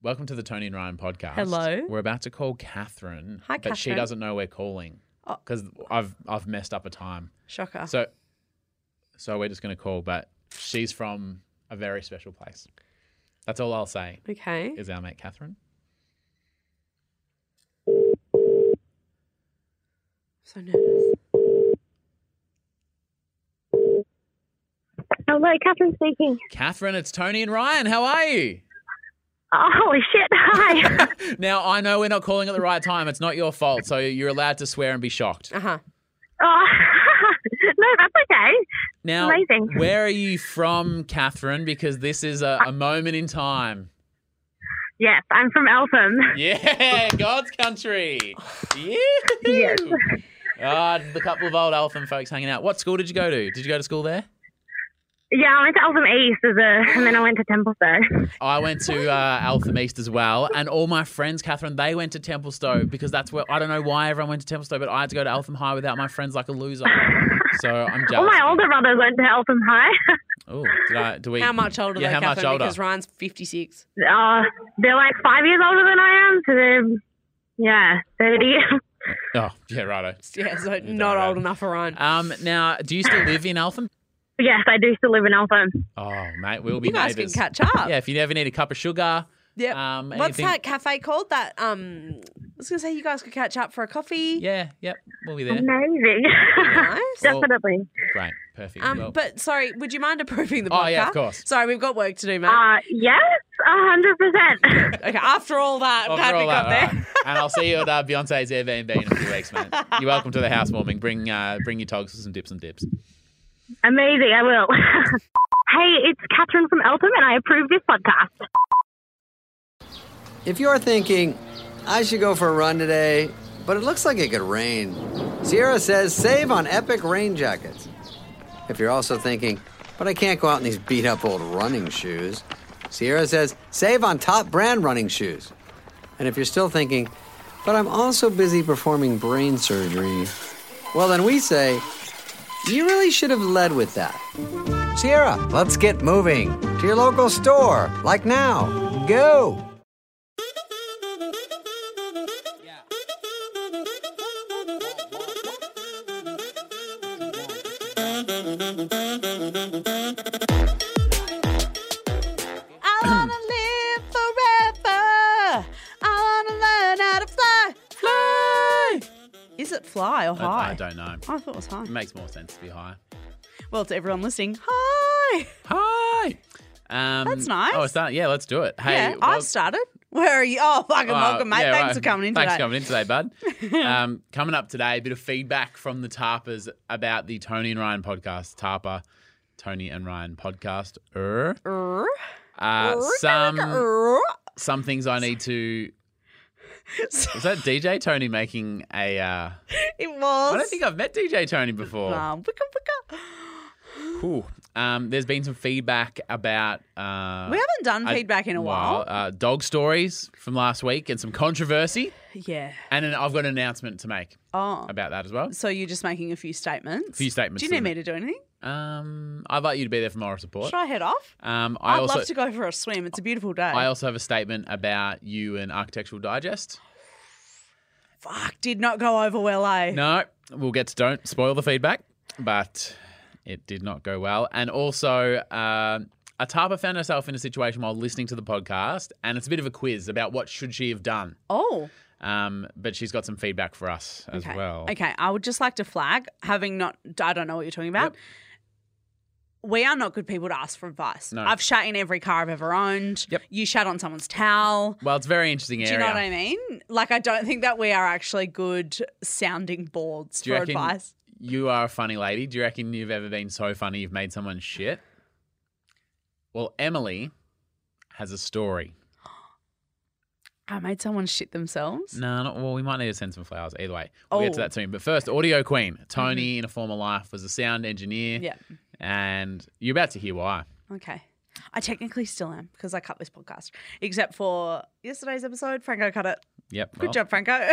Welcome to the Tony and Ryan podcast. Hello. We're about to call Catherine, Hi, but she Catherine. doesn't know we're calling Oh. Ah. because I've I've messed up a time. Shocker. So, so we're just gonna call, but she's from a very special place. That's all I'll say. okay. Is our mate Catherine? so nervous. Hello, Catherine Oh, speaking. Catherine, it's Tony and Ryan. How are you? Oh, holy shit. Hi. Now I know we're not calling at the right time. It's not your fault, so you're allowed to swear and be shocked. Uh huh. oh, no, that's okay. Now, Amazing. where are you from, Catherine? Because this is a, a moment in time. Yes, I'm from Eltham. Yeah, God's country. Yeah. Yes. Ah, the couple of old Eltham folks hanging out. What school did you go to? Did you go to school there? Yeah, I went to Eltham East as a, and then I went to Templestowe. I went to uh, Eltham East as well, and all my friends, Catherine, they went to Templestowe because that's where I don't know why everyone went to Templestowe, but I had to go to Eltham High without my friends like a loser. So I'm jealous. All my older brothers went to Eltham High. Oh, did I? Do we? How much older Yeah, though, how much Catherine? older? Because Ryan's 56. Uh, they're like five years older than I am, so they're, yeah, 30. Oh, yeah, righto. Yeah, so don't not know. old enough for Ryan. Um, now, do you still live in Eltham? yes, I do still live in Eltham. Oh, mate, we'll be you guys neighbours. can catch up. yeah, if you ever need a cup of sugar. Yep. Um, What's anything- that cafe called? That um, I was gonna say you guys could catch up for a coffee. Yeah, yep, we'll be there. Amazing. Nice. Well- Definitely. Great, perfect. Um, Well- but sorry, would you mind approving the podcast? Oh, yeah, of course. Sorry, we've got work to do, mate. Uh, yes, a 100%. okay, after all that, I'm Uh, After glad we all that, got all there. right. And I'll see you at uh, Beyonce's Airbnb in a few weeks, mate. You're welcome to the housewarming. Bring uh, bring your togs for some dips and dips. Amazing, I will. hey, it's Catherine from Eltham, and I approve this podcast. If you're thinking, I should go for a run today, but it looks like it could rain, Sierra says save on epic rain jackets. If you're also thinking, but I can't go out in these beat up old running shoes, Sierra says save on top brand running shoes. And if you're still thinking, but I'm also busy performing brain surgery, well, then we say, you really should have led with that. Sierra, let's get moving to your local store, like now. Go! I wanna live forever. I wanna learn how to fly. Fly. Is it fly or I- I, high? don't know. I thought it was high. It makes more sense to be high. Well, to everyone listening, hi. Hi. Um, That's nice. Oh, it's that. Yeah, let's do it. Hey, yeah, well- I've started. Where are you? Oh, fucking uh, welcome, mate. yeah, Thanks right. for coming in Thanks today. for coming in today, bud. um, coming up today, a bit of feedback from the Tarpers about the Tony and Ryan podcast. Tarpa, Tony and Ryan podcast. Er. Er. Uh, Er. some Er. some things I need to. Is that DJ Tony making a? Uh, It was. I don't think I've met DJ Tony before. Um, wicca, wicca. Cool. Um, there's been some feedback about uh, We haven't done I- feedback in a while. Uh, dog stories from last week and some controversy, Yeah. and then I've got an announcement to make Oh. about that as well. So you're just making a few statements. Few statements Do you to need the- me to do anything? Um, I'd like you to be there for moral support. Should I head off? Um, I I'd also love to go for a swim. It's a beautiful day. I also have a statement about you and Architectural Digest. Fuck, did not go over well, eh? No, we'll get to don't spoil the feedback, but it did not go well. And also, um Atapa found herself in a situation while listening to the podcast, and it's a bit of a quiz about what should she have done. Oh, Um, but she's got some feedback for us as okay. well. Okay, I would just like to flag, having not, I don't know what you're talking about. We are not good people to ask for advice. No. I've shat in every car I've ever owned. Yep. You shat on someone's towel. Well, it's a very interesting area. Do you know what I mean? Like, I don't think that we are actually good sounding boards Do you for reckon- advice. You are a funny lady. Do you reckon you've ever been so funny you've made someone shit? Well, Emily has a story. I made someone shit themselves. No, not, well, we might need to send some flowers. Either way, we'll get to Oh. Mm-hmm. that soon. But first, Audio Queen. Tony, in a former life, was a sound engineer. Yeah. And you're about to hear why. Okay. I technically still am because I cut this podcast, except for yesterday's episode. Franco cut it. Yep. Good well, job, Franco.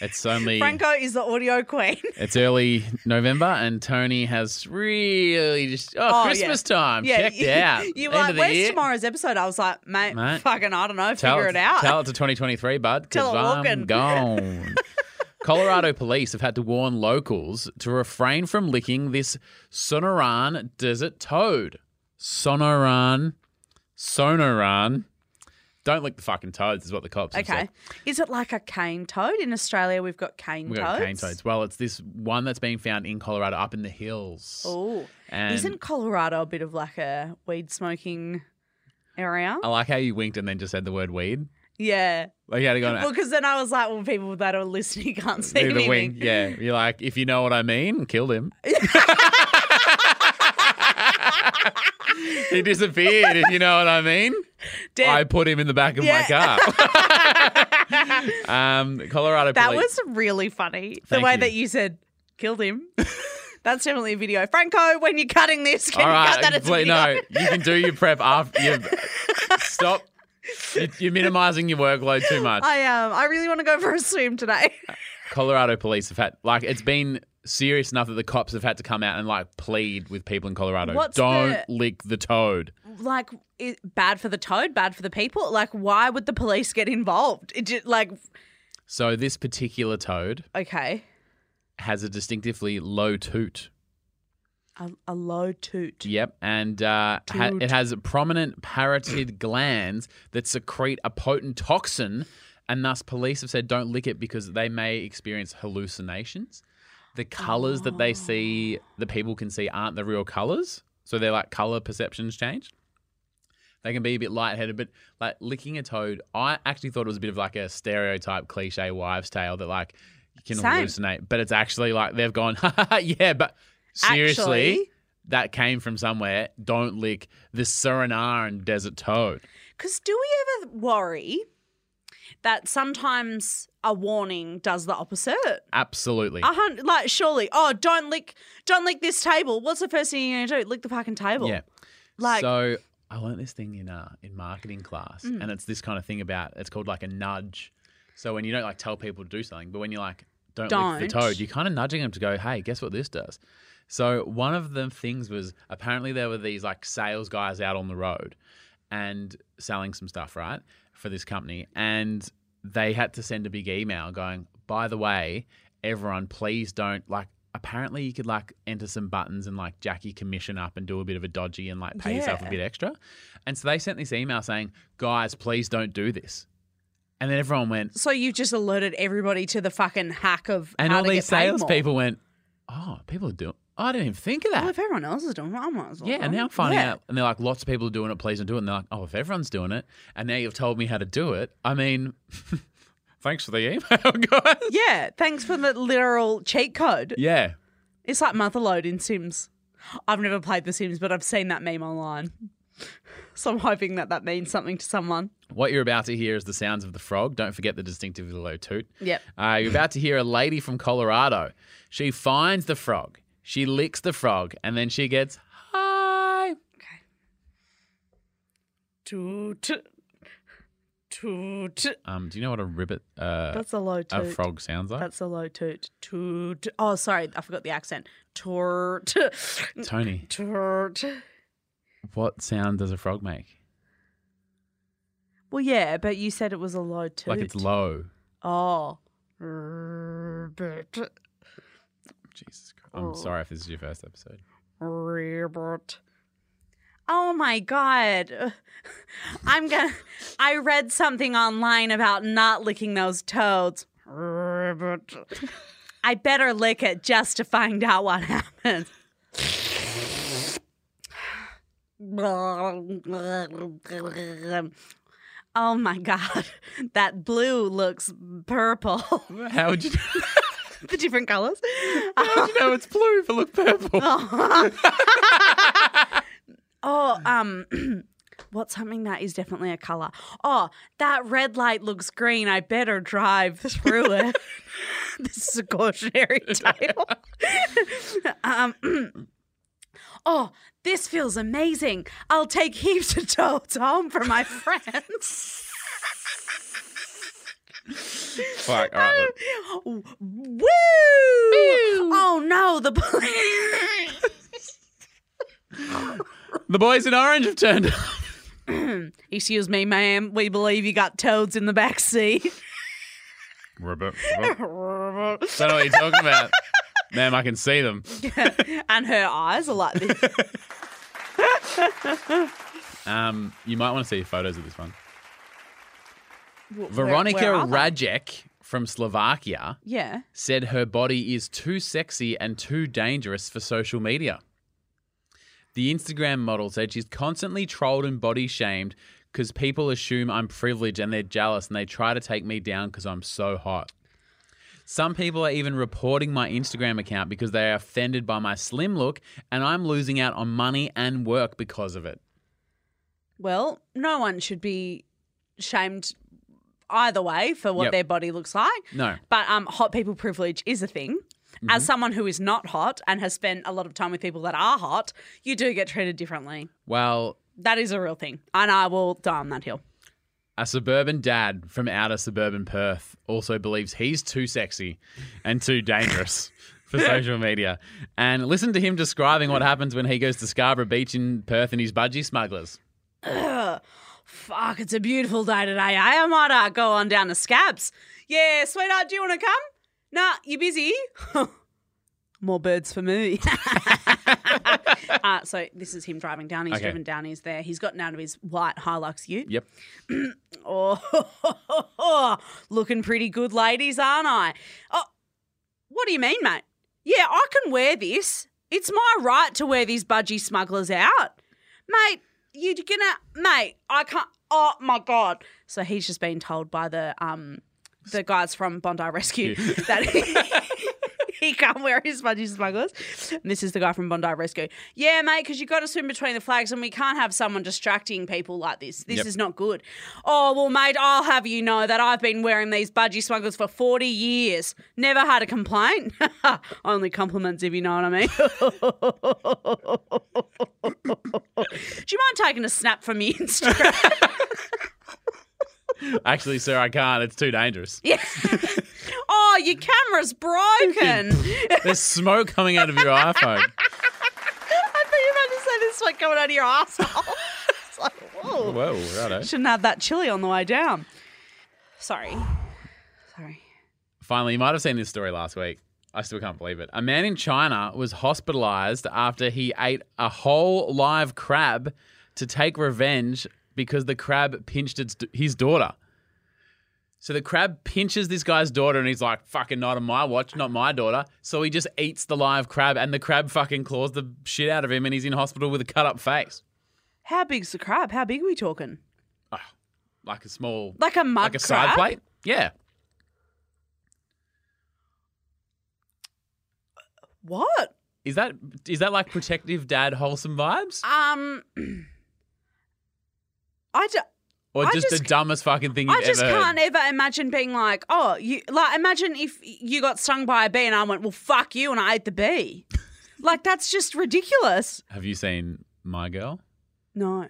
It's only Franco is the audio queen. it's early November, and Tony has really just oh, Oh, Christmas time. Checked you, out. You End were like, of the where's year. tomorrow's episode? I was like, mate, Mate, fucking, I don't know, Tell figure it out. Tell it to 2023, bud, because Tell it I'm walking. gone. Colorado police have had to warn locals to refrain from licking this Sonoran desert toad. Sonoran. Sonoran. Don't lick the fucking toads, is what the cops have said. okay. Is it like a cane toad? In Australia, we've got cane We toads. got cane toads. Well, it's this one that's being found in Colorado, up in the hills. Oh. and Isn't Colorado a bit of like a weed smoking area? I like how you winked and then just said the word weed. Yeah. Like you had to go. Well, because then I was like, well, people that are listening can't see do the anything. wink. Yeah, you're like, if you know what I mean, killed him. he disappeared. If you know what I mean, Dead. I put him in the back of Yeah. my car. um, Colorado that police. was really funny. Thank the way you. that you said, killed him. That's definitely a video. Franco, when you're cutting this, can you cut that as a please- video? no, you can do your prep after. You, stop. You- You're minimizing your workload too much. I um, I really want to go for a swim today. Colorado police have had like it's been serious enough that the cops have had to come out and like plead with people in Colorado. What's Don't the- lick the toad. like, it, bad for the toad, bad for the people. Like, why would the police get involved? It just, like, So this particular toad okay, has a distinctively low toot. a, a low toot. Yep, and uh, ha- it has prominent parotid glands that secrete a potent toxin, and thus police have said don't lick it because they may experience hallucinations. The colors that they see, the people can see, aren't the real colors, so they're like color perceptions changed. They can be a bit lightheaded, but like licking a toad, I actually thought it was a bit of like a stereotype cliche wives' tale that like you can Same. hallucinate, but it's actually like they've gone, yeah, but seriously Actually, that came from somewhere. Don't lick the Surinaran desert toad. Because do we ever worry that sometimes a warning does the opposite? Absolutely. A hun- like surely, oh, don't lick, don't lick this table. What's the first thing you're gonna do? Lick the fucking table. yeah. Like, Mm. so I learned this thing in uh, in marketing class, and it's this kind of thing about it's called like a nudge. So when you don't like tell people to do something, but when you're like don't, lick the Don't. toad, you're kind of nudging them to go, hey, guess what this does. So one of the things was apparently there were these like sales guys out on the road and selling some stuff, right, for this company, and they had to send a big email going, by the way, everyone, please don't like. Apparently, you could like enter some buttons and like Jackie commission up and do a bit of a dodgy and like pay yourself a Yeah. bit extra. And so they sent this email saying, guys, please don't do this. And then everyone went, so you've just alerted everybody to the fucking hack of and how all to these get paid more. salespeople went, oh, people are doing, I didn't even think of that. Well, if everyone else is doing it, I might as well. Yeah, and now I'm finding Yeah. out, and they're like, lots of people are doing it, please don't do it. And they're like, oh, if everyone's doing it, and now you've told me how to do it, I mean, thanks for the email, guys. Yeah, thanks for the literal cheat code. Yeah. It's like motherload in Sims. I've never played The Sims, but I've seen that meme online. So I'm hoping that that means something to someone. What you're about to hear is the sounds of the frog. Don't forget the distinctively low toot. Yep. Uh, you're about to hear a lady from Colorado. She finds the frog, she licks the frog, and then she gets, hi. Toot. Toot. Um, do you know what a ribbit, uh, That's a low toot. a frog sounds like? That's a low toot. Toot. Oh, sorry, I forgot the accent. Toot. Tony, Toot. what sound does a frog make? Well, yeah, but you said it was a low toot. Like it's low. Oh. Ribbit. Jesus Christ. Oh. I'm sorry if this is your first episode. Ribbit. Oh my god. I'm gonna I read something online about not licking those toads. Ribbit. I better lick it just to find out what happens. Oh my god. That blue looks purple. How would you the different colors. How'd you know it's blue if it looked purple? Oh, um, what's something that is definitely a color? Oh, that red light looks green. I better drive through it. this is a cautionary tale. um, oh, this feels amazing. I'll take heaps of toads home for my friends. Fuck. All right. look. Woo! Oh no, the police. The boys in orange have turned up. Excuse me, ma'am. We believe you got toads in the back seat. I don't know what you're talking about. Ma'am, I can see them. and her eyes are like this. Um, you might want to see photos of this one. Wh- where- Veronica where are they? Radjek from Slovakia Yeah. said her body is too sexy and too dangerous for social media. The Instagram model said she's constantly trolled and body shamed because people assume I'm privileged and they're jealous and they try to take me down because I'm so hot. Some people are even reporting my Instagram account because they are offended by my slim look and I'm losing out on money and work because of it. Well, no one should be shamed either way for what Yep. their body looks like. No. Mm-hmm. But um, hot people privilege is a thing. As someone who is not hot and has spent a lot of time with people that are hot, you do get treated differently. Well, That is a real thing. And I will die on that hill. A suburban dad from outer suburban Perth also believes he's too sexy and too dangerous for social media. And listen to him describing what happens when he goes to Scarborough Beach in Perth and his budgie smugglers. Fuck, it's a beautiful day today. eh? I might uh, go on down to Scabs. Yeah, sweetheart, do you want to come? Nah, you busy? More birds for me. uh, so this is him driving down. He's Okay. driven down. He's there. He's gotten out of his white Hilux ute. Yep. Oh, looking pretty good, ladies, aren't I? Oh, what do you mean, mate? Yeah, I can wear this. It's my right to wear these budgie smugglers out. Mate, you're gonna, mate, I can't, oh my God. So he's just been told by the, um, the guys from Bondi Rescue that he, he can't wear his budgie smugglers. And this is the guy from Bondi Rescue. Yeah, mate, because you've got to swim between the flags and we can't have someone distracting people like this. This Yep. is not good. Oh, well, mate, I'll have you know that I've been wearing these budgie smugglers for 40 years. Never had a complaint. Only compliments, if you know what I mean. Do you mind taking a snap from me, Instagram? Actually, sir, I can't. It's too dangerous. Yeah. oh, your camera's broken. There's smoke coming out of your iPhone. I thought you were about to say this one coming out of your asshole. it's like, whoa. Whoa, righto. Shouldn't have that chili on the way down. Sorry. Sorry. Finally, you might have seen this story last week. I still can't believe it. A man in China was hospitalized after he ate a whole live crab to take revenge because the crab pinched its, his daughter. So the crab pinches this guy's daughter and he's like, fucking not on my watch, not my daughter. So he just eats the live crab and the crab fucking claws the shit out of him and he's in hospital with a cut up face. How big's the crab? How big are we talking? Like a small, Like a mud like a crab? side plate? Yeah. What? Is that is that like protective dad wholesome vibes? Um, I, ju- Or I just, just- the dumbest fucking thing you've I just ever heard? can't ever imagine being like, oh, you like imagine if you got stung by a bee and I went, well, fuck you, and I ate the bee. like that's just ridiculous. Have you seen My Girl? No,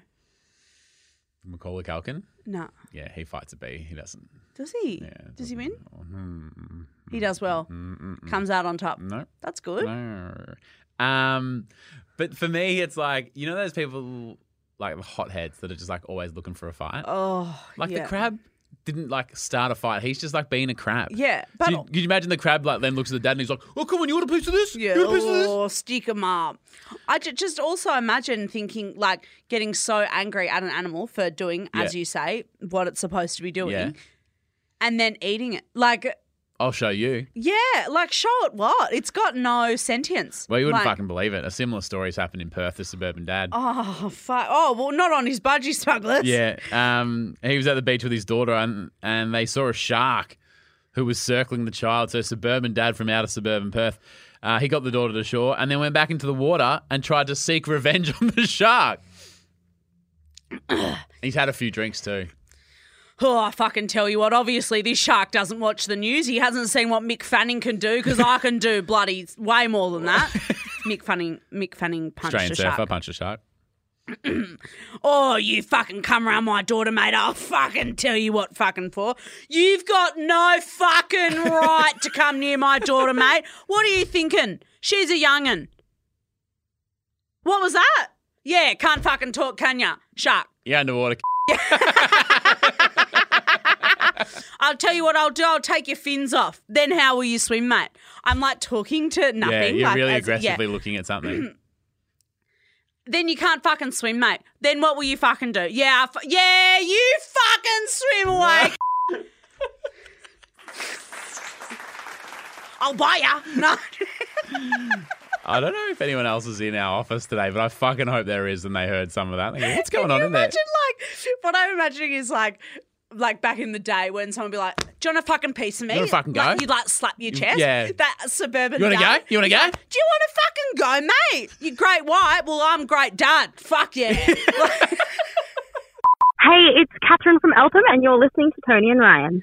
Macaulay Culkin? no. Yeah, he fights a bee. He doesn't. Does he? Yeah, does he win? Mm, He does well. mm, mm, mm. Comes out on top. No, That's good. no. Um, but for me, it's like you know those people like the hotheads that are just like always looking for a fight. Oh, like yeah. the crab didn't like start a fight. He's just like being a crab. Yeah, So but you, could you imagine the crab like then looks at the dad and he's like, "Oh, come on, you want a piece of this? yeah, You want a piece of this?" oh, stick 'em up. I ju- just also imagine thinking like getting so angry at an animal for doing, as Yeah. you say, what it's supposed to be doing, Yeah. and then eating it. Like, I'll show you. yeah, like show it what it's got no sentience. Well, you wouldn't Like, fucking believe it. A similar story's happened in Perth. The suburban dad. Oh fuck! Oh well, not on his budgie smugglers. Yeah, um, he was at the beach with his daughter, and and they saw a shark who was circling the child. So suburban dad from outer suburban Perth, uh, he got the daughter to shore, and then went back into the water and tried to seek revenge on the shark. He's had a few drinks too. Oh, I fucking tell you what. Obviously, this shark doesn't watch the news. He hasn't seen what Mick Fanning can do because I can do bloody way more than that. Mick Fanning, Mick Fanning punched Australian a surfer shark. punched a shark. Oh, you fucking come around my daughter, mate. I'll fucking tell you what fucking for. You've got no fucking right to come near my daughter, mate. What are you thinking? She's a young'un. What was that? Yeah, can't fucking talk, can ya? Shark. Yeah, underwater. I'll tell you what I'll do. I'll take your fins off. Then how will you swim, mate? I'm like talking to nothing. Yeah, you're like, really as- yeah. aggressively looking at something. then you can't fucking swim, mate. Then what will you fucking do? Yeah, I fu- yeah, you fucking swim away. I'll buy ya. No. I don't know if anyone else is in our office today, but I fucking hope there is and they heard some of that. They go, What's going on in there? Imagine like what I'm imagining is like like back in the day when someone would be like, Do you want a fucking piece of me? You wanna fucking go? Mm, Like, you'd like slap your chest. yeah. That suburban You want to dad. go? You want to go? Do you want to fucking go, mate? You great white. Well, I'm great dad. Fuck yeah. Like- Hey, it's Catherine from Eltham, and you're listening to Tony and Ryan.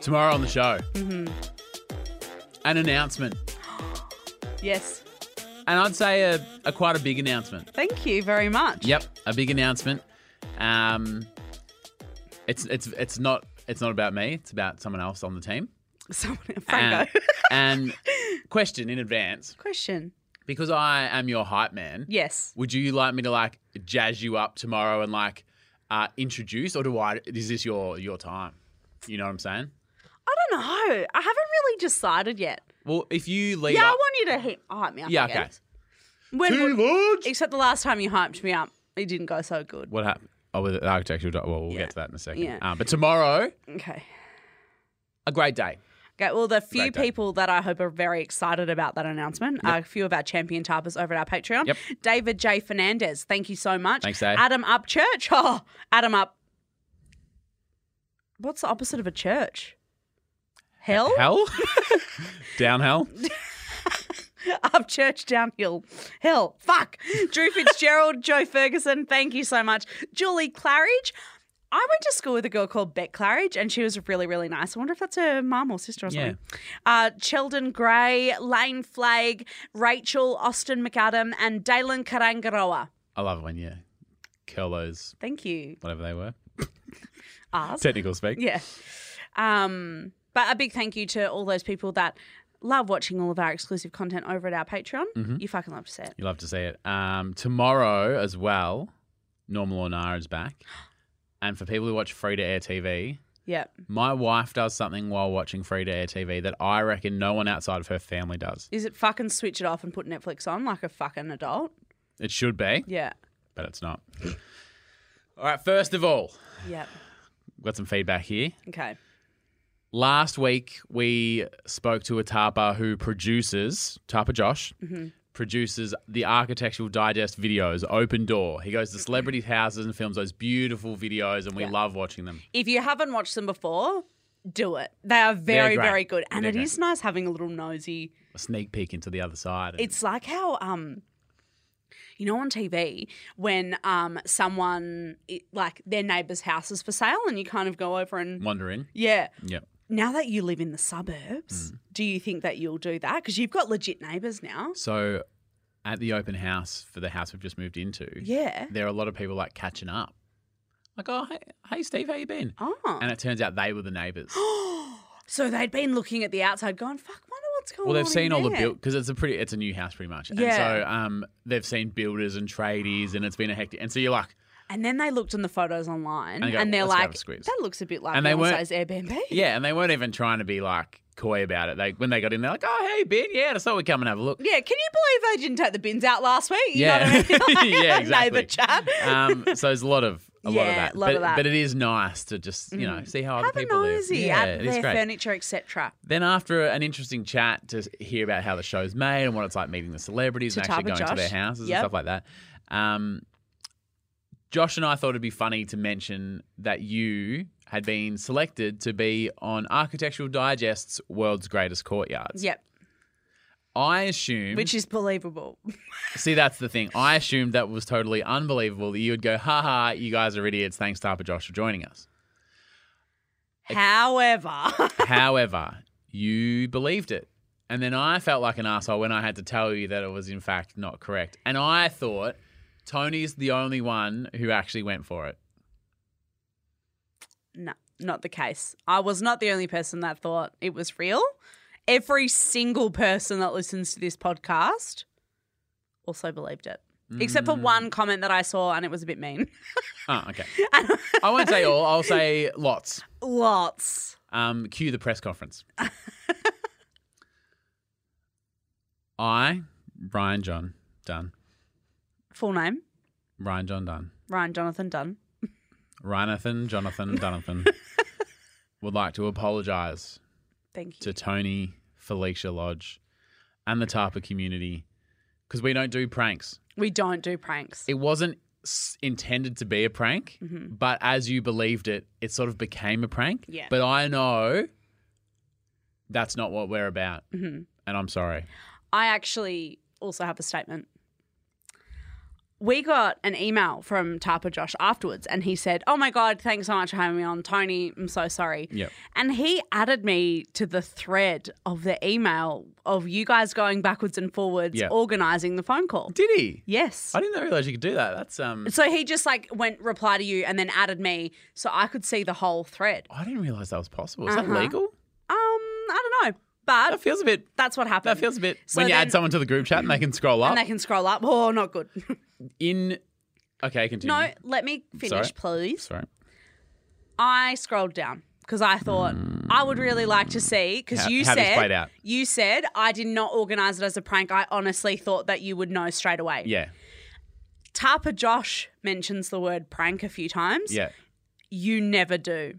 Tomorrow on the show, Mm-hmm. an announcement. yes. And I'd say a, a quite a big announcement. Thank you very much. Yep, a big announcement. Um, it's it's it's not it's not about me. It's about someone else on the team. Someone, And, Franco. and question in advance Question. because I am your hype man. Yes. Would you like me to like jazz you up tomorrow and like uh, introduce, or do I? Is this your your time? You know what I'm saying? I don't know. I haven't really decided yet. Well, if you lead Yeah, I up, want you to hype, hype me up. yeah, again. okay. When, Too large. except the last time you hyped me up, it didn't go so good. What happened? Oh, with the architectural. doc- Well, we'll Yeah. get to that in a second. Yeah. Um, but tomorrow, Okay. a great day. Okay, well, the few Great day. people that I hope are very excited about that announcement are a few of our champion tarpers over at our Patreon. Yep. David J. Fernandez, thank you so much. Thanks, eh? Dave. Adam Upchurch. Oh, Adam Up. What's the opposite of a church? Hell? Hell, down hell. up church downhill hell fuck drew fitzgerald joe ferguson thank you so much julie claridge i went to school with a girl called beck claridge and she was really really nice i wonder if that's her mum or sister or Yeah. something uh, cheldon gray lane flagg rachel austin mcadam and dalen karangaroa I love it when you curl those, thank you whatever they were. ours Technical speak. yeah um, but a big thank you to all those people that love watching all of our exclusive content over at our patreon you fucking love to see it You love to see it. Um, tomorrow as well, Normal or Nara is back. And for people who watch free to air TV, yeah my wife does something while watching free to air TV that I reckon no one outside of her family does. Is it fucking switch it off and put Netflix on like a fucking adult? It should be, Yeah. but it's not. all right, first of all, Yeah. we've got some feedback here. Okay. Last week, we spoke to a Tarpa who produces, Tarpa Josh, Mm-hmm. produces the Architectural Digest videos, Open Door. He goes to celebrities' houses and films those beautiful videos, and we love watching them. If you haven't watched them before, do it. They are very, great. very good. And They're it great. is nice having a little nosy. A sneak peek into the other side. and- It's like how um you know on TV when um someone it, like their neighbour's house is for sale and you kind of go over and wander in. yeah. Yep. Now that you live in the Hmm. suburbs, do you think that you'll do that? Because you've got legit neighbours now. So at the open house for the house we've just moved into, Yeah. there are a lot of people like catching up. Like, oh, hey, hey Steve, how you been? Oh. And it turns out they were the neighbours. So they'd been looking at the outside, going, "Fuck, wonder what's going Well, on." they've seen in all the there." build because it's a pretty, it's a new house pretty much. And Oh, Yeah. so um, they've seen builders and tradies, and it's been a hectic. And so you're like, And then they looked on the photos online, And and, go, they're "Let's go have like, a squeeze." "That looks a bit like And they normal weren't- size Airbnb." yeah, and they weren't even trying to be like coy about it. They when they got in, they're like, oh hey Ben, yeah, I thought we'd come and have a look. Yeah, can you believe they didn't take the bins out last week? You Yeah. know what I mean? Yeah, Neighbor exactly. chat. Um, so there's a lot of a a lot of Yeah, that. lot but, of that. Mm. but it is nice to just you know see how Have other a people live. nosy Yeah, at it is their great. furniture, etc. Then after an interesting chat to hear about how the show's made and what it's like meeting the celebrities To and actually Taba going to their Josh. houses Yep. and stuff like that. Um, Josh and I thought it'd be funny to mention that you had been selected to be on Architectural Digest's World's Greatest Courtyards. Yep, I assume, which is believable. see, that's the thing. I assumed that was totally unbelievable that you would go, ha ha, you guys are idiots. Thanks, Tapa Josh, for joining us. However, However, you believed it. And then I felt like an asshole when I had to tell you that it was in fact not correct. And I thought Tony's the only one who actually went for it. no, not the case. I was not the only person that thought it was real. Every single person that listens to this podcast also believed it, except Mm. for one comment that I saw, and it was a bit mean. Oh, okay. I won't say all, I'll say lots. Lots. Um, cue the press conference. I, Brian John Dunn, Full name Brian John Dunn, Ryan Jonathan Dunn. Ryanathan Jonathan Donovan, would like to apologise Thank you. to Tony, Felicia Lodge, and the Tarpa community because we don't do pranks. We don't do pranks. It wasn't s- intended to be a prank, but as you believed it, it sort of became a prank. Mm-hmm. Yeah. But I know that's not what we're about. Mm-hmm. And I'm sorry. I actually also have a statement. We got an email from Tarpa Josh afterwards, and he said, Oh my God, thanks so much for having me on. Tony, I'm so sorry. Yep. And he added me to the thread of the email of you guys going backwards and forwards, Yeah. organizing the phone call. Did he? Yes. I didn't realize you could do that. That's um. So he just like went reply to you and then added me so I could see the whole thread. I didn't realize that was possible. Is that Uh-huh. legal? Um, I don't know, but That feels a bit. that's what happened. That feels a bit. So when you then- add someone to the group chat and they can scroll up and they can scroll up. Oh, not good. in. Okay, continue. no, let me finish, Sorry. please. Sorry. I scrolled down because I thought I would really like to see because How- you how this said played out. you said I did not organize it as a prank. I honestly thought that you would know straight away. Yeah. Tarpa Josh mentions the word prank a few times. Yeah. You never do.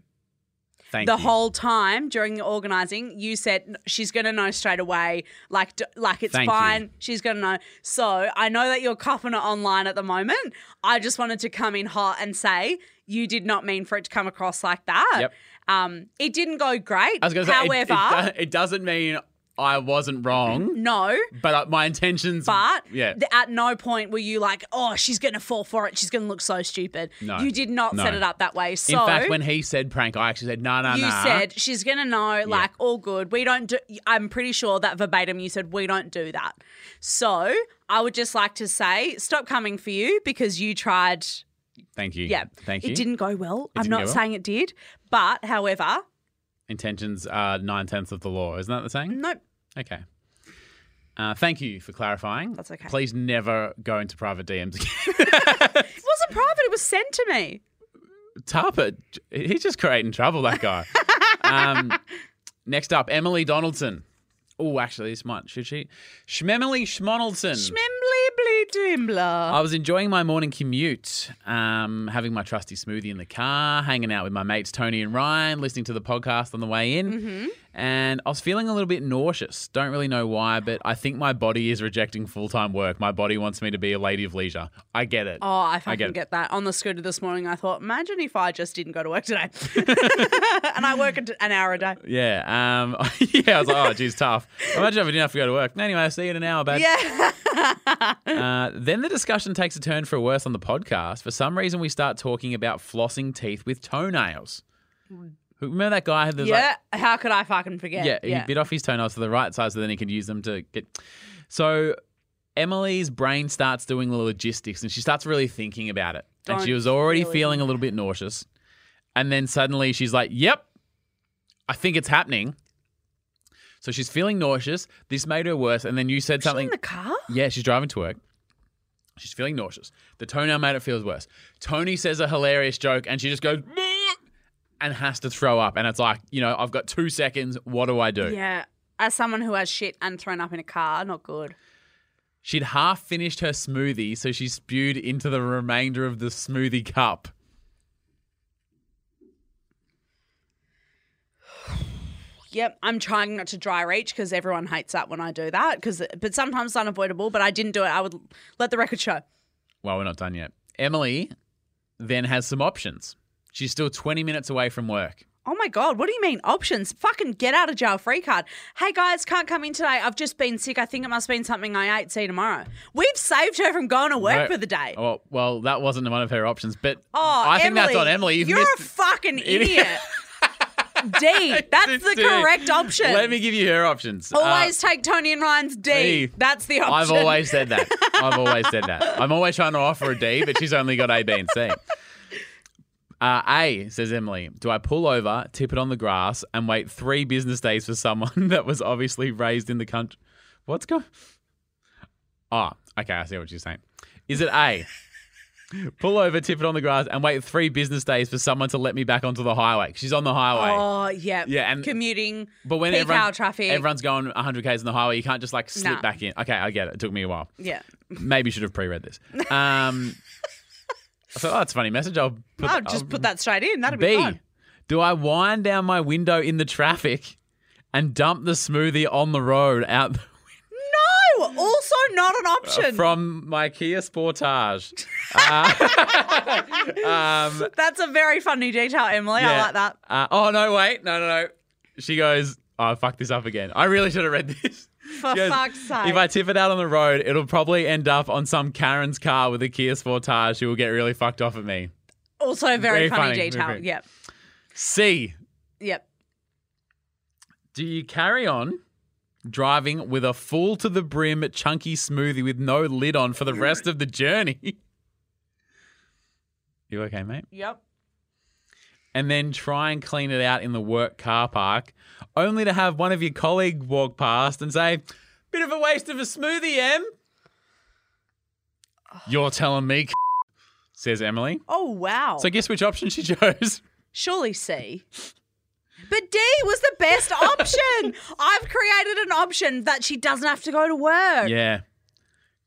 Thank the you. whole time during the organizing, you said she's going to know straight away. Like, d- like it's Thank you. fine. She's going to know. So I know that you're cuffing it online at the moment. I just wanted to come in hot and say you did not mean for it to come across like that. Yep. Um, it didn't go great. I was going to say, it- However, it, do- it doesn't mean I wasn't wrong, no. but uh, my intentions. But yeah, th- at no point were you like, oh, she's going to fall for it. She's going to look so stupid. No. You did not No. set it up that way. So in fact, when he said prank, I actually said, "No, no, you no." said she's gonna know like all good we don't do i'm pretty sure that verbatim you said we don't do that so i would just like to say stop coming for you because you tried "Thank you." yeah thank it you. didn't go well i'm didn't go not well? saying it did but however Intentions are nine tenths of the law, isn't that the saying? nope Okay. Uh, thank you for clarifying. That's okay. Please never go into private DMs again. it wasn't private it was sent to me Tarpa, he's just creating trouble. That guy. um, next up, Emily Donaldson. Oh, actually, this might should she? Shmemily Schmonaldson. Shmimbly blee dimbler. I was enjoying my morning commute, um, having my trusty smoothie in the car, hanging out with my mates Tony and Ryan, listening to the podcast on the way in. And I was feeling a little bit nauseous. Don't really know why, but I think my body is rejecting full time work. My body wants me to be a lady of leisure. I get it. Oh, I fucking get get, it. that. On the scooter this morning, I thought, imagine if I just didn't go to work today. and I work at an hour a day. Yeah. Um, yeah, I was like, oh, geez, tough. Imagine if I didn't have to go to work. Anyway, I'll see you in an hour, babe. Yeah. Uh, then the discussion takes a turn for worse on the podcast. For some reason, we start talking about flossing teeth with toenails. Who- Remember that guy who was like, yeah. How could I fucking forget? yeah, he bit off his toenails to the right size, so then he could use them to get. So Emily's brain starts doing the logistics, and she starts really thinking about it. and she Don't was already really. feeling a little bit nauseous, and then suddenly she's like, "Yep, I think it's happening." So she's feeling nauseous. This made her worse, and then you said something. in the car? Yeah, she's driving to work. She's feeling nauseous. The toenail made it feel worse. Tony says a hilarious joke and she just goes "Bleh," and has to throw up. And it's like, you know, I've got two seconds. What do I do? Yeah. As someone who has shit and thrown up in a car, not good. She'd half finished her smoothie, so she spewed into the remainder of the smoothie cup. Yep, I'm trying not to dry reach because everyone hates that when I do that. Cause, but sometimes it's unavoidable. But I didn't do it. I would let the record show. Well, we're not done yet. Emily then has some options. She's still 20 minutes away from work. Oh my God, what do you mean? Options? Fucking get out of jail free card. Hey guys, can't come in today. I've just been sick. I think it must have been something I ate. See you tomorrow. We've saved her from going to work No- for the day. Oh, Well, well, that wasn't one of her options, but I think that's on Emily. You've are a missed. fucking idiot. D. That's the D. correct option. Let me give you her options. Uh, always take Tony and Ryan's D. D. That's the option. I've always said that. I've always said that. I'm always trying to offer a D, but she's only got A, B, and C. Uh, a says Emily, do I pull over, tip it on the grass, and wait three business days for someone that was obviously raised in the country? What's going? Ah, okay, I see what you're saying. Is it A? Pull over, tip it on the grass, and wait three business days for someone to let me back onto the highway. She's on the highway. Oh yeah, Yeah, and- commuting. But when peak everyone, hour traffic. everyone's going 100 k's on the highway, you can't just like slip Nah. back in. Okay, I get it. It took me a while. yeah. Maybe should have pre-read this. Um, I thought, oh, that's a funny message. I'll put, I'll just put that straight in. That'll um, be B. fun. Do I wind down my window in the traffic and dump the smoothie on the road out No, also not an option. Uh, from my Kia Sportage? Uh, um, That's a very funny detail, Emily. I yeah. like that. Uh, oh no! Wait, no, no, no. She goes, "I fucked this up again. I really should have read this." For She goes, fuck's sake. If I tip it out on the road, it'll probably end up on some Karen's car with a Kia Sportage who will get really fucked off at me. also a very very, funny, funny, very detail. funny. Yep. C. Yep. Do you carry on driving with a full to the brim chunky smoothie with no lid on for the rest of the journey? You okay, mate? Yep. And then try and clean it out in the work car park, only to have one of your colleagues walk past and say, Bit of a waste of a smoothie, Em. You're telling me, says Emily. Oh wow. So guess which option she chose? Surely C. But D was the best option. I've created an option that she doesn't have to go to work. Yeah.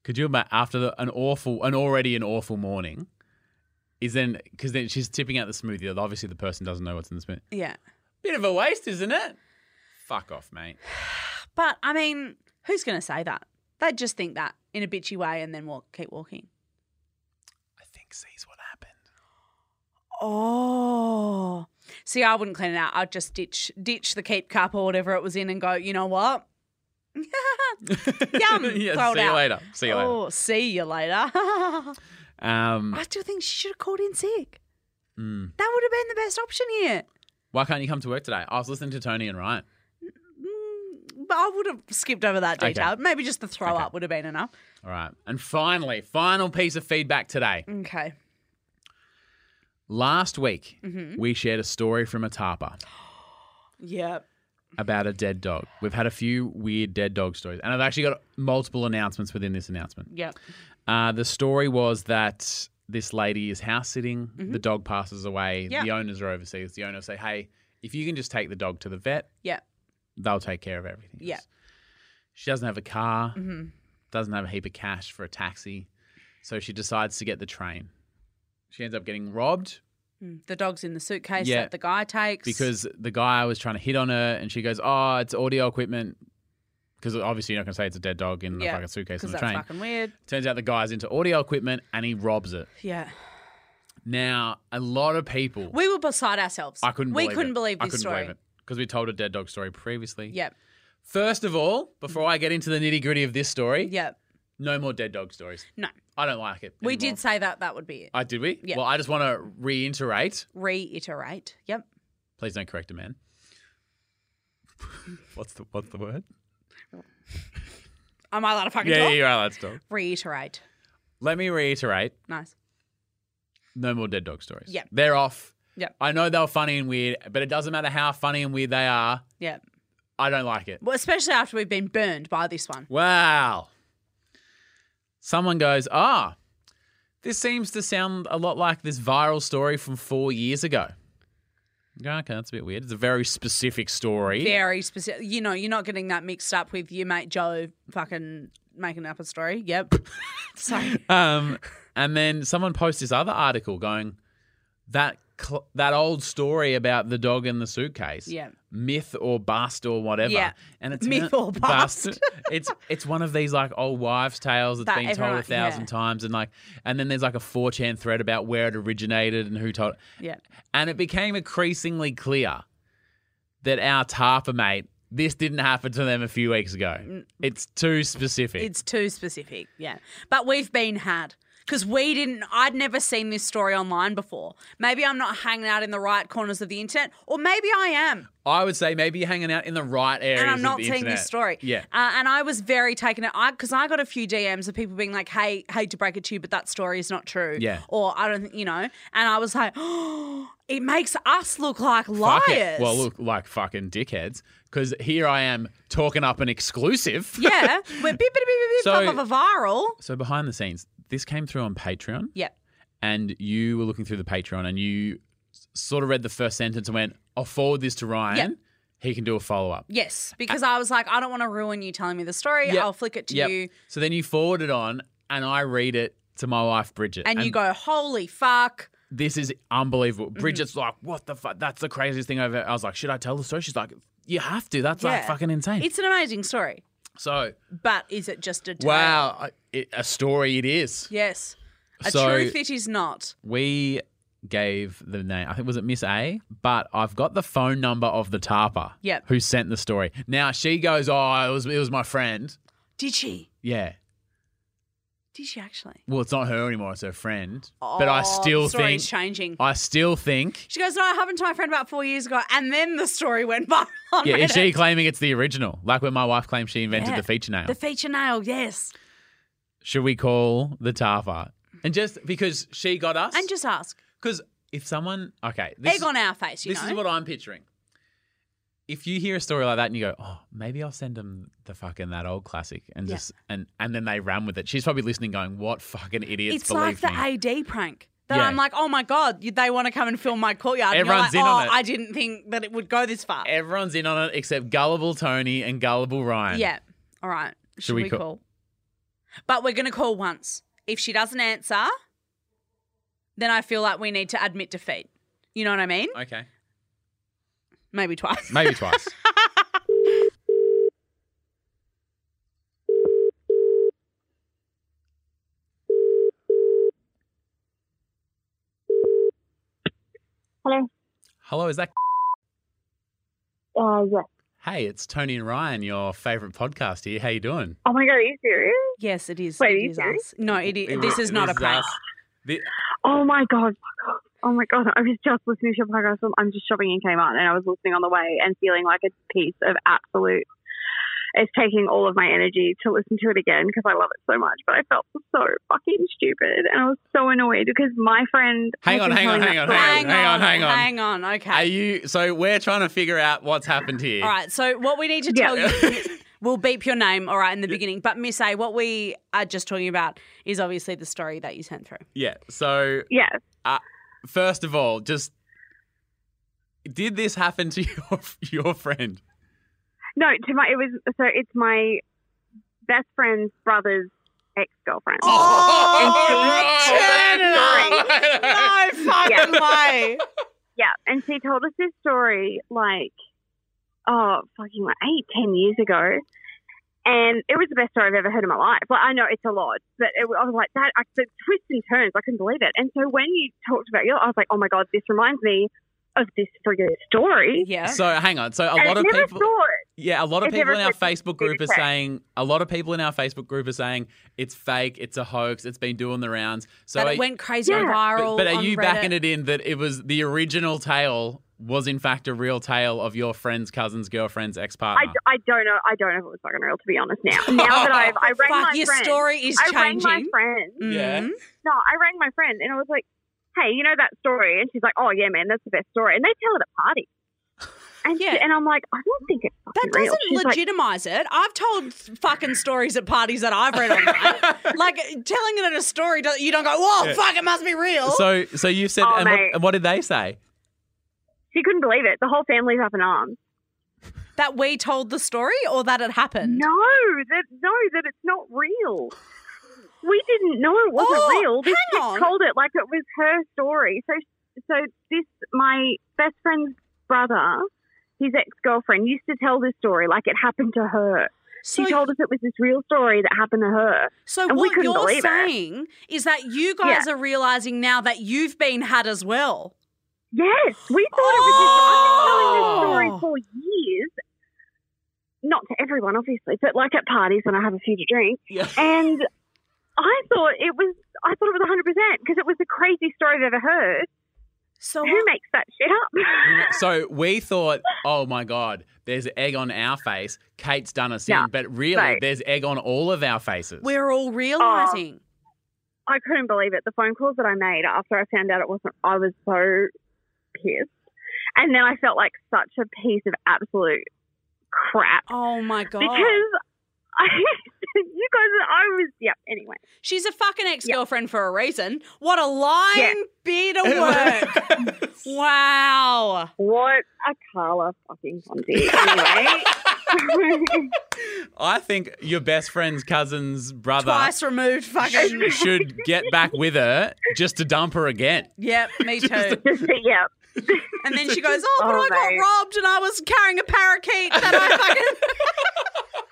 Could you imagine after the, an awful, an already an awful morning, is then because then she's tipping out the smoothie. Obviously, the person doesn't know what's in the smoothie. Yeah. Bit of a waste, isn't it? Fuck off, mate. But I mean, who's going to say that? They'd just think that in a bitchy way and then walk, keep walking. I think sees what happened. Oh. See, I wouldn't clean it out. I'd just ditch ditch the keep cup or whatever it was in and go, you know what? Yum. yeah, Throw it see you out. later. Mm. See you Oh, see you later. I later. Um, still think she should have called in sick. mm. That would have been the best option here. Why can't you come to work today? I was listening to Tony and Ryan. Mm, But I would have skipped over that Okay. detail. Maybe just the throw Okay. up would have been enough. All right. And finally, final piece of feedback today. Okay. Last week, Mm-hmm. we shared a story from a tarpa. Yep. about a dead dog. We've had a few weird dead dog stories, and I've actually got multiple announcements within this announcement. Yep. Uh, the story was that this lady is house sitting, the dog passes away, Mm-hmm. Yeah. the owners are overseas. The owners say, "Hey, if you can just take the dog to the vet, Yep. they'll take care of everything." Yeah. Mm-hmm. else." She doesn't have a car, doesn't have a heap of cash for a taxi, so she decides to get the train. She ends up getting robbed Mm, The dog's in the suitcase Yeah. that the guy takes. because the guy was trying to hit on her, and she goes, "Oh, it's audio equipment." Because obviously you're not going to say it's a dead dog in a Yeah, fucking suitcase on because the that's train. fucking weird. Turns out the guy's into audio equipment, and he robs it. Yeah. Now, a lot of people, We were beside ourselves. I couldn't, We believe couldn't it. believe I this couldn't story. believe it because we told a dead dog story previously. Yep. First of all, before I get into the nitty gritty of this story, Yep. no more dead dog stories. No. I don't like it. We anymore. did say that that would be it. I did we? Yeah. Well, I just want to reiterate. Reiterate. Yep. Please don't correct a man. what's the what's the word? Am I allowed to fucking Yeah, yeah, talk? you're allowed to talk. Reiterate. Let me reiterate: Nice. no more dead dog stories. Yep. they're off. Yep. I know they were funny and weird, but it doesn't matter how funny and weird they are. Yep. I don't like it. Well, especially after we've been burned by this one. Wow. Someone goes, ah, this seems to sound a lot like this viral story from four years ago. You go, Okay, that's a bit weird. It's a very specific story. Very specific. You know, you're not getting that mixed up with your mate Joe fucking making up a story. Yep. Sorry. Um, and then someone posts this other article going, that cl- that old story about the dog in the suitcase. Yeah. Myth or bust or whatever. Yeah. And it's Myth or bust. it's it's one of these like old wives' tales that's That been told a everyone- thousand yeah. times and like and then there's like a 4chan thread about where it originated and who told it. Yeah. And it became increasingly clear that our tarpa mate, this didn't happen to them a few weeks ago. It's too specific. It's too specific. Yeah. But we've been had. Because we didn't, I'd never seen this story online before. Maybe I'm not hanging out in the right corners of the internet, or maybe I am. I would say maybe you're hanging out in the right areas. and I'm of not the seeing internet. this story. Yeah. Uh, and I was very taken out because I, got a few DMs of people being like, "Hey, hate to break it to you, but that story is not true." Yeah. Or I don't, think you know. And I was like, "Oh, it makes us look like Fuck it. liars." Well, look like fucking dickheads because here I am talking up an exclusive. yeah, we're beep, beep, beep, beep, beep, So- blah, blah, blah, viral. so behind the scenes, this came through on Patreon, Yep. and you were looking through the Patreon, and you s- sort of read the first sentence and went, "I'll forward this to Ryan. Yep. He can do a follow up." Yes, because I was like, I don't want to ruin you telling me the story. Yep. I'll flick it to you, So then you forward it on, and I read it to my wife Bridget, and you go, "Holy fuck!" this is unbelievable. Mm-hmm. Bridget's like, what the fuck? That's the craziest thing I've ever. I was like, should I tell the story? She's like, you have to. That's like Yeah. fucking insane. It's an amazing story, so, but is it just a tale? wow, I- it, a story it is. Yes, a So- truth it is not. We gave the name, I think, was it Miss A? But I've got the phone number of the tarpa Yep. who sent the story. Now she goes, oh, it was, it was my friend. Did she? Yeah. Did she actually? Well, it's not her anymore, it's her friend. but I Oh, still the think, story's changing. I still think, she goes, "No, I happened to my friend about four years ago," and then the story went viral. on yeah, is Reddit. she claiming it's the original? Like when my wife claimed she invented Yeah. the feature nail. the feature nail? Yes, should we call the Tarfa? And just because she got us, and just ask because if someone, okay, this, egg on our face. You this know, is what I'm picturing. If you hear a story like that and you go, oh, maybe I'll send them the fucking that old classic, and Yeah. just and and then they ran with it. She's probably listening, going, what fucking idiots it's like believe the me? AD prank. That Yeah. I'm like, oh my god, you- they want to come and film my courtyard. And Everyone's you're in like, on oh, it. I didn't think that it would go this far. Everyone's in on it except gullible Tony and gullible Ryan. Yeah. All right. Should, we we, call- call? But we're going to call once. If she doesn't answer, then I feel like we need to admit defeat. You know what I mean? Okay. Maybe twice. Maybe twice. Hello. Hello, is that? Uh, yes. Hey, it's Tony and Ryan, your favorite podcast here. How you doing? Oh my god, are you serious? Yes, it is. Wait, are it you is serious? us. No, it is. This is not a prank. us. Thi- Oh my god. Oh my god, I was just listening to your podcast. Um, I'm just shopping in Kmart and I was listening on the way and feeling like a piece of absolute. It's taking all of my energy to listen to it again because I love it so much. But I felt so fucking stupid and I was so annoyed because my friend. Hang has on, been hang on, telling hang that on, story. hang on, hang on. Hang on. Okay. Are you? So we're trying to figure out what's happened here. All right. So what we need to Yeah. tell you, we'll beep your name. All right, in the beginning. But Miss A, what we are just talking about is obviously the story that you sent through. Yeah. So Yes. first of all, just did this happen to your your friend? No, to my. It was. So it's my best friend's brother's ex girlfriend. Oh, Oh, No fucking way. Yeah, and she told us this story like, oh, fucking like eight, ten years ago. And it was the best story I've ever heard in my life. Like, I know it's a lot, but it, I was like, that, I, the twists and turns, I couldn't believe it. And so when you talked about your, I was like, oh my God, this reminds me of this friggin' story. Yeah. So hang on. So a and lot I of never people, saw it. yeah, a lot of I've people never in our said Facebook group are it's fake. saying a lot of people in our Facebook group are saying it's fake, it's a hoax, it's been doing the rounds. So that are- it went crazy and Yeah. but, viral. but are on you Reddit. backing it in that it was the original tale was in fact a real tale of your friend's cousin's girlfriend's ex I, partner? Uh-huh. d- I don't know. I don't know if it was fucking real, to be honest. Now, now that I've, I Fuck, rang my your friend. story is I rang changing. my friend. Yeah. Mhm. no, I rang my friend and I was like, hey, you know that story? And she's like, oh, yeah, man, that's the best story. And they tell it at parties. And, she- Yeah. and I'm like, I don't think it's fucking That real. doesn't She's like, legitimize it. I've told fucking stories at parties that I've read online. like telling it in a story, does- you don't go, whoa, Yeah. fuck, it must be real. So so you said, Oh, and, what, mate. and what did they say? she couldn't believe it. The whole family's up in arms. that we told the story or that it happened? No, that, no, that it's not real. We didn't know it wasn't Oh, real. This hang chick on. told it like it was her story. So so this my best friend's brother, his ex girlfriend, used to tell this story like it happened to her. So, she told us it was this real story that happened to her. so and what we couldn't you're believe it. saying is that you guys are realizing now that you've been had as well. Yes, we thought it was. This, I've been telling Oh. this story for years, not to everyone, obviously, but like at parties when I have a few to drink, Yeah. and I thought it was. I thought it was 100 percent because it was the craziest story I've ever heard. So Who makes that shit up? So we thought, oh my God, there's egg on our face. Kate's done us Yeah, in. But really, right. there's egg on all of our faces. we're Oh. all realizing. I couldn't believe it. The phone calls that I made after I found out it wasn't, I was so pissed. And then I felt like such a piece of absolute crap Oh my god. because I, you guys, I was, yep, anyway. She's a fucking ex-girlfriend for a reason. What a line Yeah. bit of work. wow. What a Carla fucking Ponzi. Anyway. I think your best friend's cousin's brother Twice removed fucking sh- should get back with her just to dump her again. Yep, me too. Just, yeah. And then she goes, Oh, but Oh, I got mate. robbed and I was carrying a parakeet that I fucking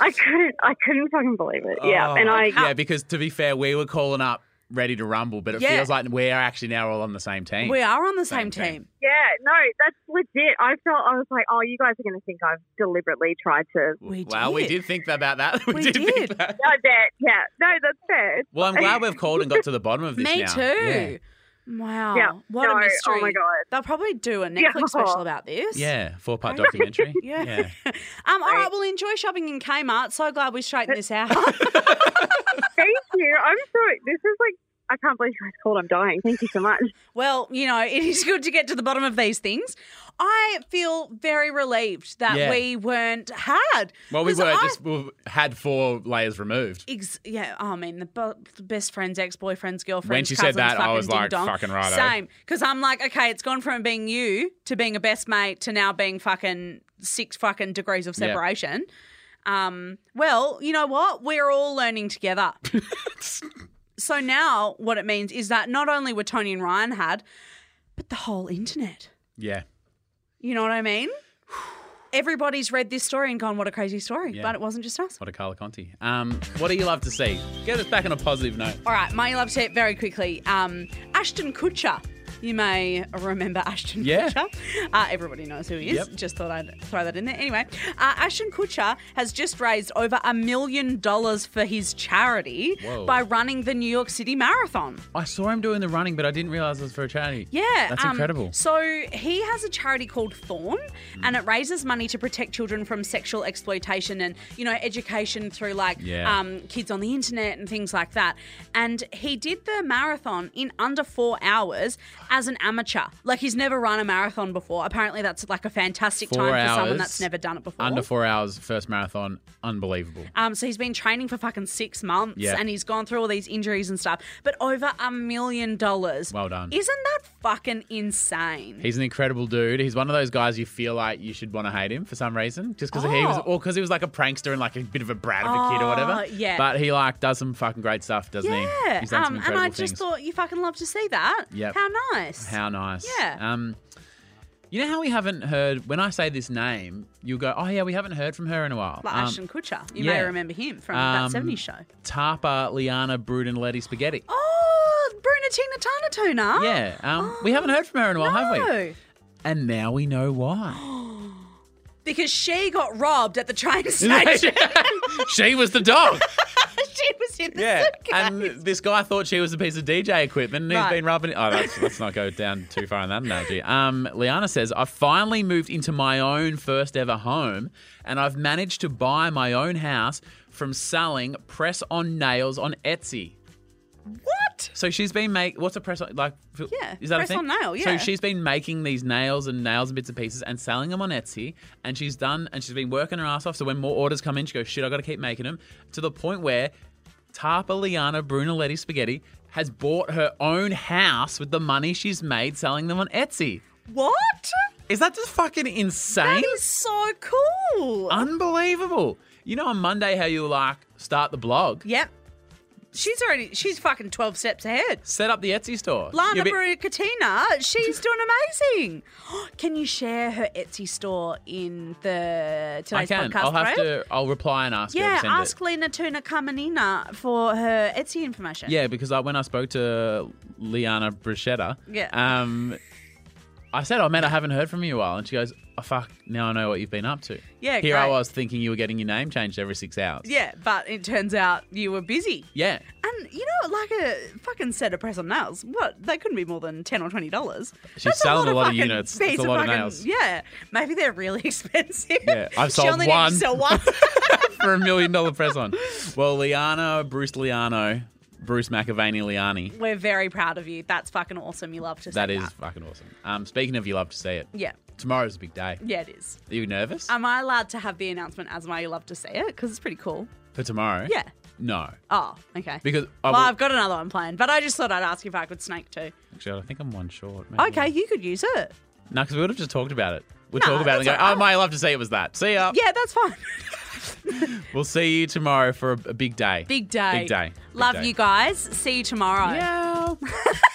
I couldn't, I couldn't fucking believe it. Yeah. and Oh, I, yeah, because to be fair, we were calling up ready to rumble, but it Yeah. feels like we're actually now all on the same team. We are on the same, Same team. team. yeah, no, that's legit. I felt, I was like, oh, you guys are going to think I've deliberately tried to. We Wow, we did. did think about that. We Think did. that. I bet. Yeah. No, that's fair. Well, I'm glad we've called and got to the bottom of this Me now. too. Wow. Yeah. What no, a mystery. Oh my God. They'll probably do a Netflix Yeah. special about this. Yeah, four part documentary. Yeah. yeah. Um, all right, Right. well, enjoy shopping in Kmart. So glad we straightened this out. Thank you. I'm so. This is like. I can't believe you guys called. I'm dying. Thank you so much. well, you know, it is good to get to the bottom of these things. I feel very relieved that Yeah. we weren't had. Well, we 'Cause were I- just we had four layers removed. Ex- yeah, oh, I mean, the, bu- the best friend's ex boyfriend's girlfriend. When she said that, I was like, "Fucking righto." Same. Because I'm like, okay, it's gone from being you to being a best mate to now being fucking six fucking degrees of Yeah. separation. Um, well, you know what? We're all learning together. so now what it means is that not only were Tony and Ryan had, but the whole internet. Yeah. You know what I mean? Everybody's read this story and gone, what a crazy story. Yeah. But it wasn't just us. What a Carla Conti. Um, what do you love to see? Get us back on a positive note. All right, my love tip very quickly. Um, Ashton Kutcher. You may remember Ashton Yeah. Kutcher. Uh, everybody knows who he is. Yep. Just thought I'd throw that in there. Anyway, uh, Ashton Kutcher has just raised over a million dollars for his charity Whoa. by running the New York City Marathon. I saw him doing the running, but I didn't realize it was for a charity. Yeah. That's um, incredible. Mm. So he has a charity called Thorn and it raises money to protect children from sexual exploitation and, you know, education through like Yeah. um, kids on the internet and things like that. And he did the marathon in under four hours as an amateur. Like he's never run a marathon before. Apparently that's like a fantastic Four time for someone hours, that's never done it before. Under four hours, first marathon, unbelievable. Um, so he's been training for fucking six months Yeah. and he's gone through all these injuries and stuff, but over a million dollars. Well done. Isn't that fucking insane? He's an incredible dude. He's one of those guys you feel like you should want to hate him for some reason, just because he was, Oh. or because he was like a prankster and like a bit of a brat of a kid or Oh, whatever. yeah. But he like does some fucking great stuff, doesn't he? Yeah. He's done some um, and incredible I just things. thought you fucking love to see that. Yep. How nice. How nice. Yeah. Um, you know how we haven't heard when I say this name, you'll go, "Oh yeah, we haven't heard from her in a while." like Um, Ashton Kutcher. You may yeah. remember him from um, that 70s show. Tarpa, Liana, Bruden, Letty Spaghetti. Oh, Bruna Tina Tana Tuna. Yeah. Um, we haven't heard from her in a while, have we? No. And now we know why. Because she got robbed at the train station. she was the dog. she was in the suitcase. And this guy thought she was a piece of DJ equipment and Right. he's been rubbing it. Oh, that's, let's not go down too far in that analogy. Um, Liana says, I finally moved into my own first ever home and I've managed to buy my own house from selling press on nails on Etsy. What? So she's been make what's a press on like f- Yeah, is that press a thing? on nail, yeah. So she's been making these nails and nails and bits and pieces and selling them on Etsy and she's done and she's been working her ass off so when more orders come in she goes shit I got to keep making them to the point where Tarpa Liana Brunelletti Spaghetti has bought her own house with the money she's made selling them on Etsy. What? Is that just fucking insane? That is so cool. Unbelievable. You know on Monday how you like start the blog? yep. she's already she's fucking twelve steps ahead. Set up the Etsy store. Lana You'll be- Brucatina, she's doing amazing. Can you share her Etsy store in the today's I can. podcast? I'll have thread? to. I'll reply and ask. her Yeah, to send ask It. Lena Tuna Kamanina for her Etsy information. Yeah, because I, when I spoke to Liana Bruschetta, Yeah. um, I said, "Oh man, I haven't heard from you in a while," and she goes, "Oh fuck, now I know what you've been up to." Yeah, Here I great. was thinking you were getting your name changed every six hours. Yeah, but it turns out you were busy. Yeah. And you know, like a fucking set of press on nails, what they couldn't be more than ten or twenty dollars. She's selling a lot of fucking units. It's a piece lot of fucking- nails. Yeah, maybe they're really expensive. Yeah, I've sold she only needed one. to sell one. for a million dollar press on. Well, Liana, Bruce Liano, Bruce McAvaney Liani. We're very proud of you. That's fucking awesome. You love to see That is fucking awesome. Um, speaking of, you love to see it. Yeah, Um, Tomorrow's a big day. yeah, it is. Are you nervous Am I allowed to have the announcement as my you love to see it? Because it's pretty cool. for tomorrow? Yeah. No, Oh, okay. because I well, will- I've got another one planned, but I just thought I'd ask if I could snake too. actually I think I'm one short. maybe. Okay, you could use it. No, because we would have just talked about it. We'll No, talk about it and that's go, all oh, my love to see it was that. See ya. Yeah, that's fine. We'll see you tomorrow for a, a big day. Big day. Big day. Big Love day. you guys. See you tomorrow. Yeah.